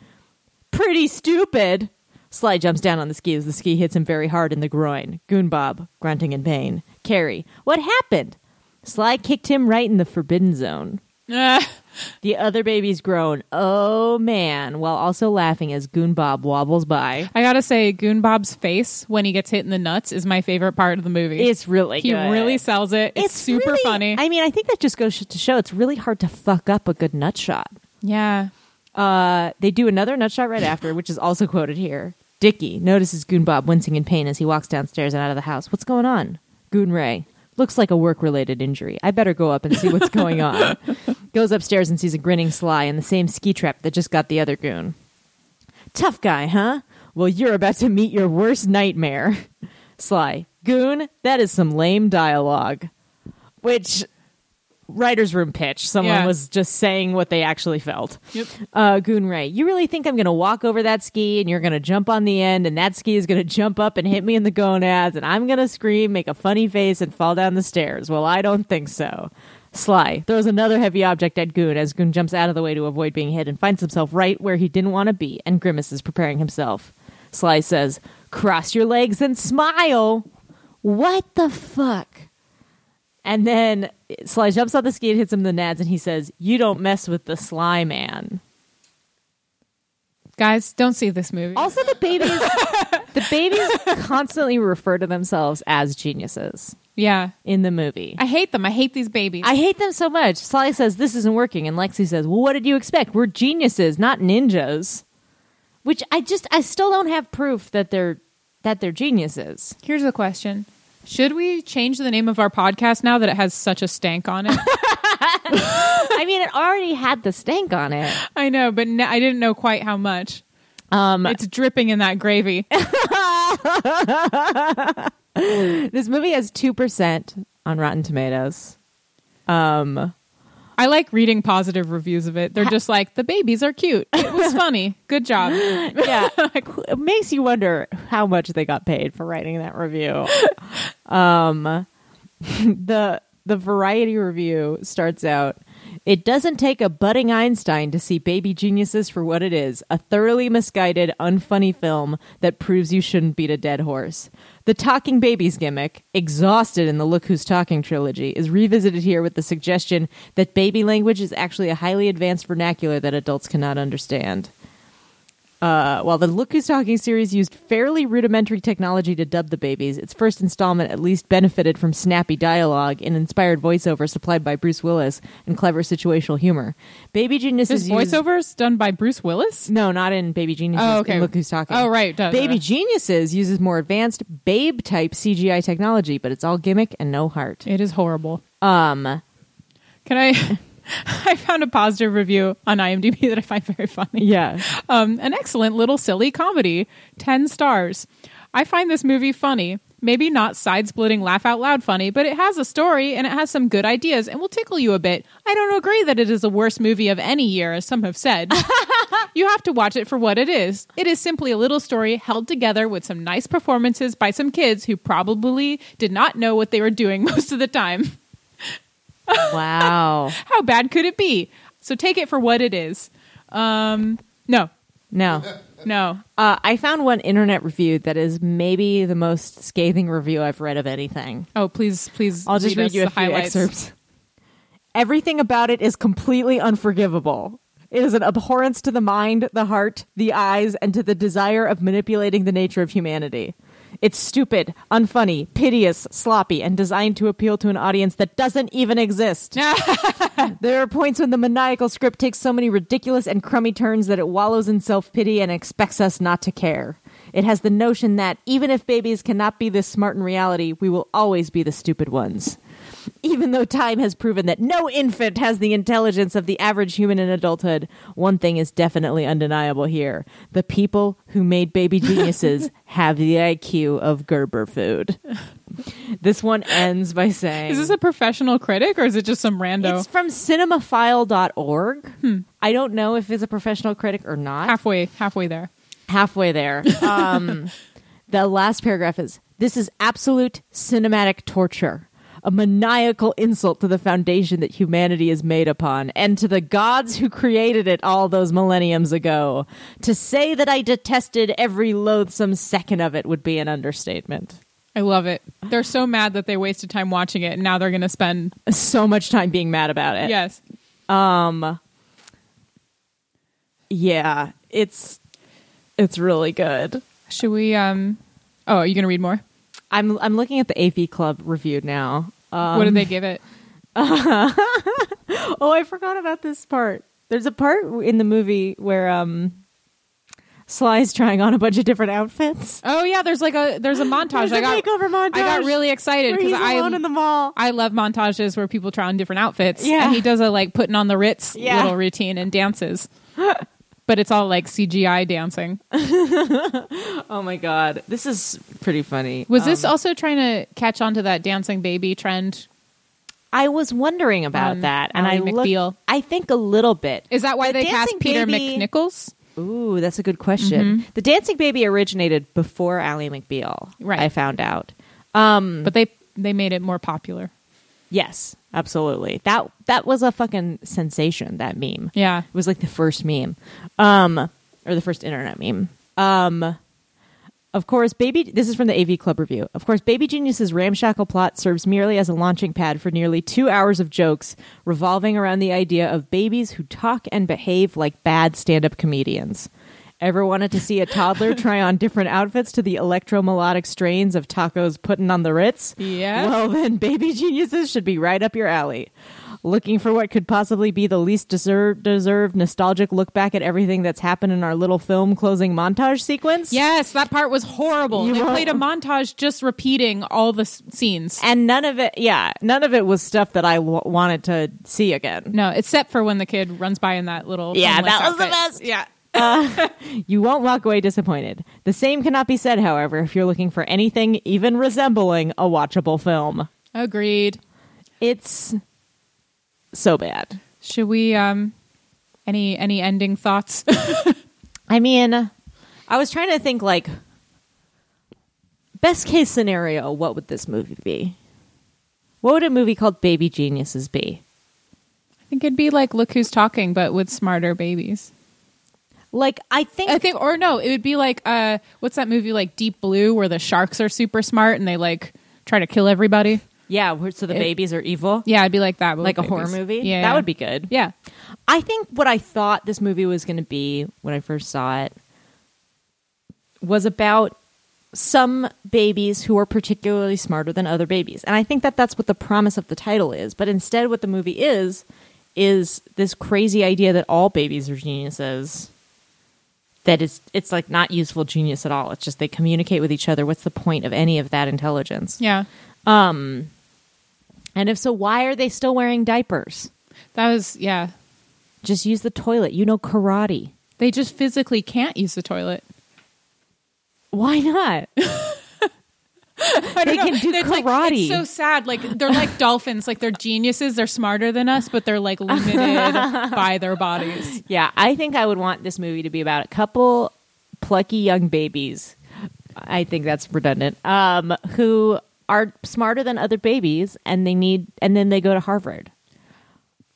S1: pretty stupid. Sly jumps down on the ski as the ski hits him very hard in the groin. Goon Bob, grunting in pain. Carrie, what happened? Sly kicked him right in the forbidden zone.
S3: Ah.
S1: The other babies groan, oh man, while also laughing as Goon Bob wobbles by.
S3: I gotta say, Goon Bob's face when he gets hit in the nuts is my favorite part of the movie.
S1: It's really
S3: he
S1: good.
S3: really sells it. It's, super
S1: really-
S3: funny.
S1: I mean, I think that just goes to show it's really hard to fuck up a good nut shot.
S3: yeah,
S1: Uh, they do another nut shot right after, which is also quoted here. Dickie notices Goon Bob wincing in pain as he walks downstairs and out of the house. What's going on? Goon Ray. Looks like a work related injury. I better go up and see what's going on. Goes upstairs and sees a grinning Sly in the same ski trap that just got the other goon. Tough guy, huh? Well, you're about to meet your worst nightmare. [laughs] Sly. Goon, that is some lame dialogue. Which, writer's room pitch. Someone
S3: Yeah.
S1: was just saying what they actually felt.
S3: Yep.
S1: Uh, Goon Ray, you really think I'm going to walk over that ski and you're going to jump on the end and that ski is going to jump up and hit me in the gonads and I'm going to scream, make a funny face, and fall down the stairs? Well, I don't think so. Sly throws another heavy object at Goon as Goon jumps out of the way to avoid being hit and finds himself right where he didn't want to be and grimaces, preparing himself. Sly says, Cross your legs and smile. What the fuck? And then Sly jumps on the ski and hits him in the nads, and he says, "You don't mess with the Sly Man."
S3: guys, don't see this movie.
S1: Also, the babies, the babies constantly refer to themselves as geniuses
S3: yeah,
S1: in the movie.
S3: I hate them. I hate these babies.
S1: I hate them so much. Sly says this isn't working, and Lexi says, "Well, what did you expect? We're geniuses, not ninjas." Which I just, I still don't have proof that they're that they're geniuses.
S3: Here's a question: Should we change the name of our podcast now that it has such a stank on it?
S1: I I mean, it already had the stank on it.
S3: I know, but n- I didn't know quite how much. Um, it's dripping in that gravy.
S1: This movie has 2% on Rotten Tomatoes.
S3: I like reading positive reviews of it. They're just like the babies are cute. It was funny. Good job.
S1: Yeah. it makes you wonder how much they got paid for writing that review. Um, [laughs] the the variety review starts out it doesn't take a budding Einstein to see Baby Geniuses for what it is a thoroughly misguided, unfunny film that proves you shouldn't beat a dead horse. The talking babies gimmick, exhausted in the Look Who's Talking trilogy, is revisited here with the suggestion that baby language is actually a highly advanced vernacular that adults cannot understand. Uh, while the Look Who's Talking series used fairly rudimentary technology to dub the babies, its first installment at least benefited from snappy dialogue and inspired voiceover supplied by Bruce Willis and clever situational humor. Baby Geniuses
S3: This
S1: used-
S3: voiceovers done by Bruce Willis.
S1: no, not in Baby Geniuses.
S3: Oh,
S1: in
S3: okay.
S1: Look Who's Talking.
S3: Oh, right. Duh, duh,
S1: Baby
S3: duh.
S1: Geniuses uses more advanced babe type CGI technology, but it's all gimmick and no heart.
S3: It is horrible.
S1: Um,
S3: Can I? [laughs] I found a positive review on IMDb that I find very funny.
S1: yeah.
S3: Um, an excellent little silly comedy. 10 stars. I find this movie funny. Maybe not side splitting, laugh out loud funny, but it has a story and it has some good ideas and will tickle you a bit. I don't agree that it is the worst movie of any year, as some have said. you have to watch it for what it is. It is simply a little story held together with some nice performances by some kids who probably did not know what they were doing [laughs] most of the time.
S1: [laughs] Wow.
S3: How bad could it be? So take it for what it is. Um, no,
S1: No.
S3: no.
S1: Uh, I found one internet review that is maybe the most scathing review I've read of anything.
S3: Oh, please, please.
S1: I'll just read,
S3: us
S1: you a
S3: the
S1: few
S3: highlights.
S1: excerpts. Everything about it is completely unforgivable. It is an abhorrence to the mind, the heart, the eyes, and to the desire of manipulating the nature of humanity. It's stupid, unfunny, piteous, sloppy, and designed to appeal to an audience that doesn't even exist. There are points when the maniacal script takes so many ridiculous and crummy turns that it wallows in self pity and expects us not to care. It has the notion that even if babies cannot be this smart in reality, we will always be the stupid ones. Even though time has proven that no infant has the intelligence of the average human in adulthood, one thing is definitely undeniable here. The people who made baby
S3: [laughs]
S1: geniuses have the IQ of Gerber food. This one ends by saying
S3: Is this a professional critic or is it just some rando?
S1: it's from cinemafile.org. I don't know if it's a professional critic or not.
S3: halfway, halfway there.
S1: Halfway there. Um, the last paragraph is This is absolute cinematic torture, a maniacal insult to the foundation that humanity is made upon and to the gods who created it all those millenniums ago. To say that I detested every loathsome second of it would be an understatement.
S3: I love it. They're so mad that they wasted time watching it, and now they're going to spend.
S1: So much time being mad about it.
S3: Yes,
S1: Yeah, it's it's really good.
S3: should we? um Oh, are you going to read more?
S1: I'm I'm looking at the AV Club review now. Uh,
S3: what did they give it?
S1: oh, I forgot about this part. There's a part in the movie where um, Sly's trying on a bunch of different outfits.
S3: Oh yeah, there's like a there's a montage.
S1: [gasps] There's
S3: I
S1: a
S3: got
S1: makeover montage.
S3: I got really excited
S1: where
S3: because
S1: he's
S3: I
S1: alone in the mall.
S3: I love montages where people try on different outfits.
S1: Yeah.
S3: and he does a like putting on the Ritz
S1: Yeah.
S3: little routine and
S1: [laughs]
S3: dances, but it's all like CGI dancing.
S1: Oh my god, this is pretty funny.
S3: Was this also trying to catch on to that dancing baby trend?
S1: I was wondering about
S3: Um,
S1: that, and I
S3: Ally McBeal.
S1: looked, I think a little bit.
S3: Is that why
S1: The
S3: they cast
S1: Dancing
S3: Peter
S1: Baby-
S3: McNichols?
S1: Ooh, that's a good question. The Dancing Baby originated before Ally McBeal.
S3: Right.
S1: I found out. Mm.
S3: But they they made it more popular.
S1: Yes, absolutely. That that was a fucking sensation. That meme.
S3: Yeah.
S1: It was like the first meme, um, or the first internet meme. Um, of course, baby. This is from the AV Club review. Of course, Baby Genius's ramshackle plot serves merely as a launching pad for nearly two hours of jokes revolving around the idea of babies who talk and behave like bad stand-up comedians. Ever wanted to see a toddler try on different outfits to the electromelodic strains of tacos putting on the Ritz? [laughs]
S3: Yeah.
S1: Well, then, Baby Geniuses should be right up your alley. looking for what could possibly be the least deserved, deserved nostalgic look back at everything that's happened in our little film closing montage sequence.
S3: Yes, that part was horrible.
S1: You
S3: they
S1: won't-
S3: played a montage just repeating all the s- scenes.
S1: And none of it, yeah, none of it was stuff that I w- wanted to see again.
S3: no, except for when the kid runs by in that little
S1: Yeah,
S3: homeless
S1: that was the
S3: outfit.
S1: best.
S3: Yeah.
S1: You won't walk away disappointed. The same cannot be said, however, if you're looking for anything even resembling a watchable film.
S3: Agreed.
S1: It's so bad.
S3: Should we um any any ending thoughts? [laughs]
S1: I mean, I was trying to think like best case scenario, what would this movie be? What would a movie called Baby Geniuses be?
S3: I think it'd be like Look Who's Talking, but with smarter babies.
S1: Like I think
S3: I think, or no, it would be like uh, what's that movie like Deep Blue, where the sharks are super smart and they like try to kill everybody.
S1: yeah, where- so the
S3: It-
S1: babies are evil.
S3: Yeah, it'd be like that, but
S1: Like a
S3: with
S1: horror
S3: babies.
S1: movie?
S3: Yeah,
S1: That
S3: yeah.
S1: would be good.
S3: Yeah,
S1: I think what I thought this movie was going to be when I first saw it was about some babies who are particularly smarter than other babies. And I think that that's what the promise of the title is. But instead, what the movie is, is this crazy idea that all babies are geniuses. That it's, it's like not useful genius at all. It's just they communicate with each other. What's the point of any of that intelligence?
S3: yeah.
S1: And if so, why are they still wearing diapers?
S3: That was yeah.
S1: Just use the toilet. You know karate.
S3: They just physically can't use the toilet.
S1: Why not?
S3: [laughs] I
S1: They can do
S3: It's like-
S1: karate.
S3: it's so sad. Like they're like dolphins. Like they're geniuses. They're smarter than us, but they're like [laughs] limited by their bodies.
S1: Yeah, I think I would want this movie to be about a couple plucky young babies. I think that's redundant. Um, who are smarter than other babies, and they need, and then they go to Harvard.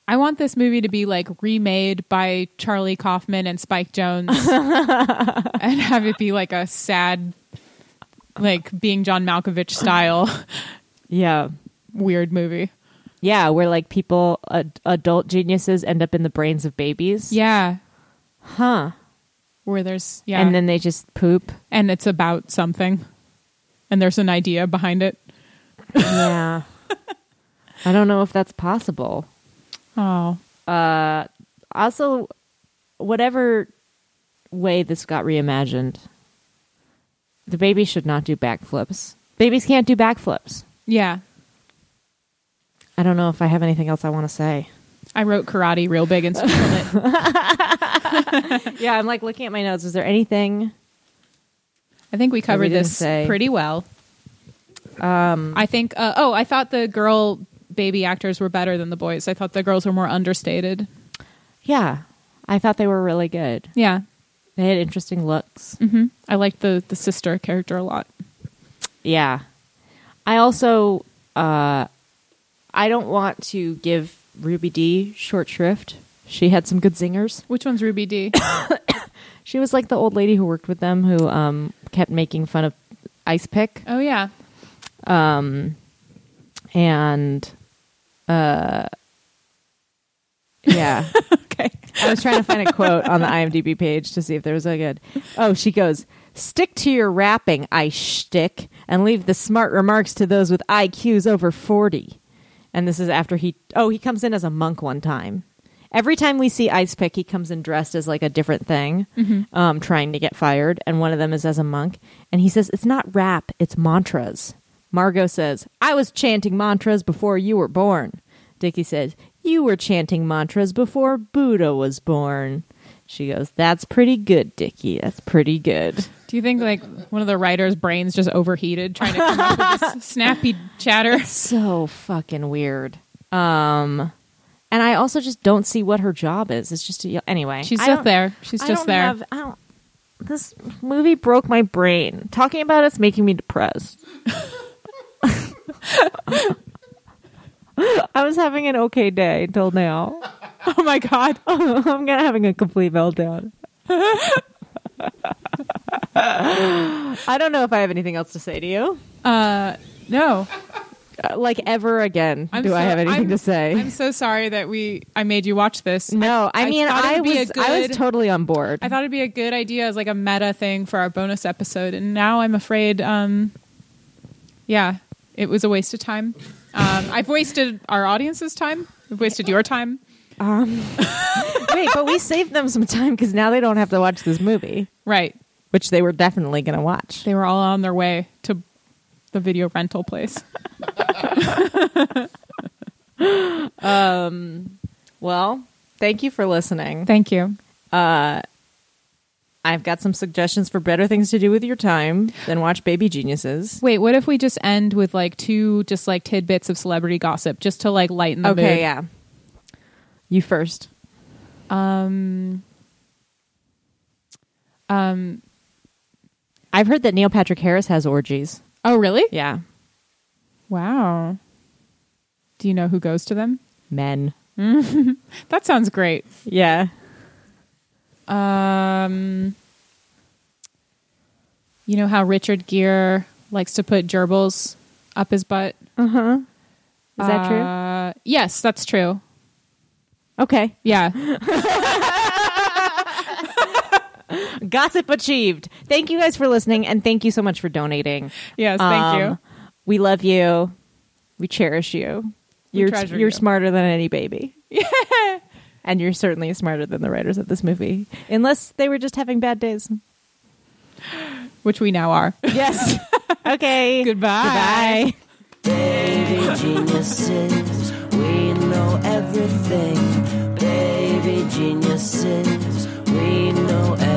S3: I want this movie to be like remade by Charlie Kaufman and
S1: [laughs]
S3: Spike Jones, and have it be like a sad, like being John Malkovich style [laughs]
S1: Yeah,
S3: weird movie.
S1: yeah, where like people, ad- adult geniuses, end up in the brains of babies.
S3: Yeah,
S1: huh?
S3: where there's yeah,
S1: And then they just poop.
S3: and it's about something, and there's an idea behind it.
S1: yeah, [laughs] I don't know if that's possible.
S3: Oh,
S1: also whatever way this got reimagined the baby should not do backflips babies can't do backflips
S3: yeah.
S1: i don't know if i have anything else i want to say
S3: I wrote karate real big and circled it.
S1: yeah i'm like looking at my notes is there anything
S3: I think we covered
S1: didn't
S3: this
S1: say.
S3: pretty well. Um, I think. Uh, oh, I thought the girl baby actors were better than the boys. I thought the girls were more understated.
S1: yeah i thought they were really good
S3: Yeah,
S1: they had interesting looks
S3: I liked the the sister character a lot.
S1: yeah i also uh i don't want to give ruby d short shrift she had some good zingers
S3: Which one's Ruby D?
S1: She was like the old lady who worked with them who um, kept making fun of Ice Pick.
S3: [coughs] oh yeah,
S1: And uh, [laughs] yeah.
S3: okay.
S1: I was trying to find a quote on the IMDb page to see if there was a good. Oh, she goes, Stick to your rapping, I shtick, and leave the smart remarks to those with IQs over 40. And this is after he. Oh, he comes in as a monk one time. Every time we see Ice Pick, he comes in dressed as like a different thing, um, trying to get fired. And one of them is as a monk. And he says, It's not rap, it's mantras. Margot says, I was chanting mantras before you were born. Dickie says, You were chanting mantras before Buddha was born. She goes, That's pretty good, Dickie. That's pretty good.
S3: Do you think like one of the writers' brains just overheated trying to come up [laughs] with this snappy chatter?
S1: So fucking weird. Um, and I also just don't see what her job is. It's just, to yell- anyway.
S3: She's
S1: I
S3: just
S1: don't-
S3: there. She's
S1: I
S3: just
S1: don't
S3: there.
S1: have- I don't, this movie broke my brain. Talking about it's making me depressed. [laughs] I was having an okay day until now.
S3: [laughs] oh my god.
S1: [laughs] I'm gonna having a complete
S3: [laughs]
S1: meltdown. I don't know if I have anything else to say to you.
S3: Uh, no.
S1: Uh, like ever again,
S3: I'm
S1: do I
S3: so-
S1: have anything
S3: I'm-
S1: to say?
S3: I'm so sorry that we I made you watch this.
S1: no, I,
S3: I
S1: mean
S3: thought it
S1: I
S3: would be
S1: was
S3: a
S1: I was
S3: good-
S1: totally on board.
S3: I thought it'd be a good idea as like a meta thing for our bonus episode, and now I'm afraid, um, yeah, it was a waste of time. Um, I've wasted our audience's time. wasted your time.
S1: Wait, but we saved them some time because now they don't have to watch this movie,
S3: Right.
S1: which they were definitely going to watch.
S3: They were all on their way to the video rental place.
S1: Well, thank you for listening.
S3: Thank you.
S1: I've got some suggestions for better things to do with your time than watch Baby Geniuses.
S3: Wait, what if we just end with like two just like tidbits of celebrity gossip just to like lighten the
S1: Okay,
S3: mood?
S1: yeah. You first.
S3: Um um
S1: I've heard that Neil Patrick Harris has orgies.
S3: Oh, really?
S1: Yeah.
S3: Wow. Do you know who goes to them?
S1: Men.
S3: That sounds great.
S1: Yeah.
S3: Um, you know how Richard Gere likes to put gerbils up his butt?
S1: Is that true?
S3: Uh, yes, that's true.
S1: Okay.
S3: Yeah.
S1: Gossip achieved. Thank you guys for listening and thank you so much for donating.
S3: Yes, thank
S1: Um,
S3: you.
S1: We love you. We cherish you.
S3: We
S1: you're
S3: treasure
S1: you're
S3: you.
S1: smarter than any
S3: [laughs]
S1: baby. and you're certainly smarter than the writers of this movie, unless they were just having bad
S3: [laughs]
S1: days.
S3: Which we now are.
S1: Yes. okay.
S3: Goodbye.
S1: Goodbye.
S2: Baby geniuses, we know everything. Baby geniuses, we know everything.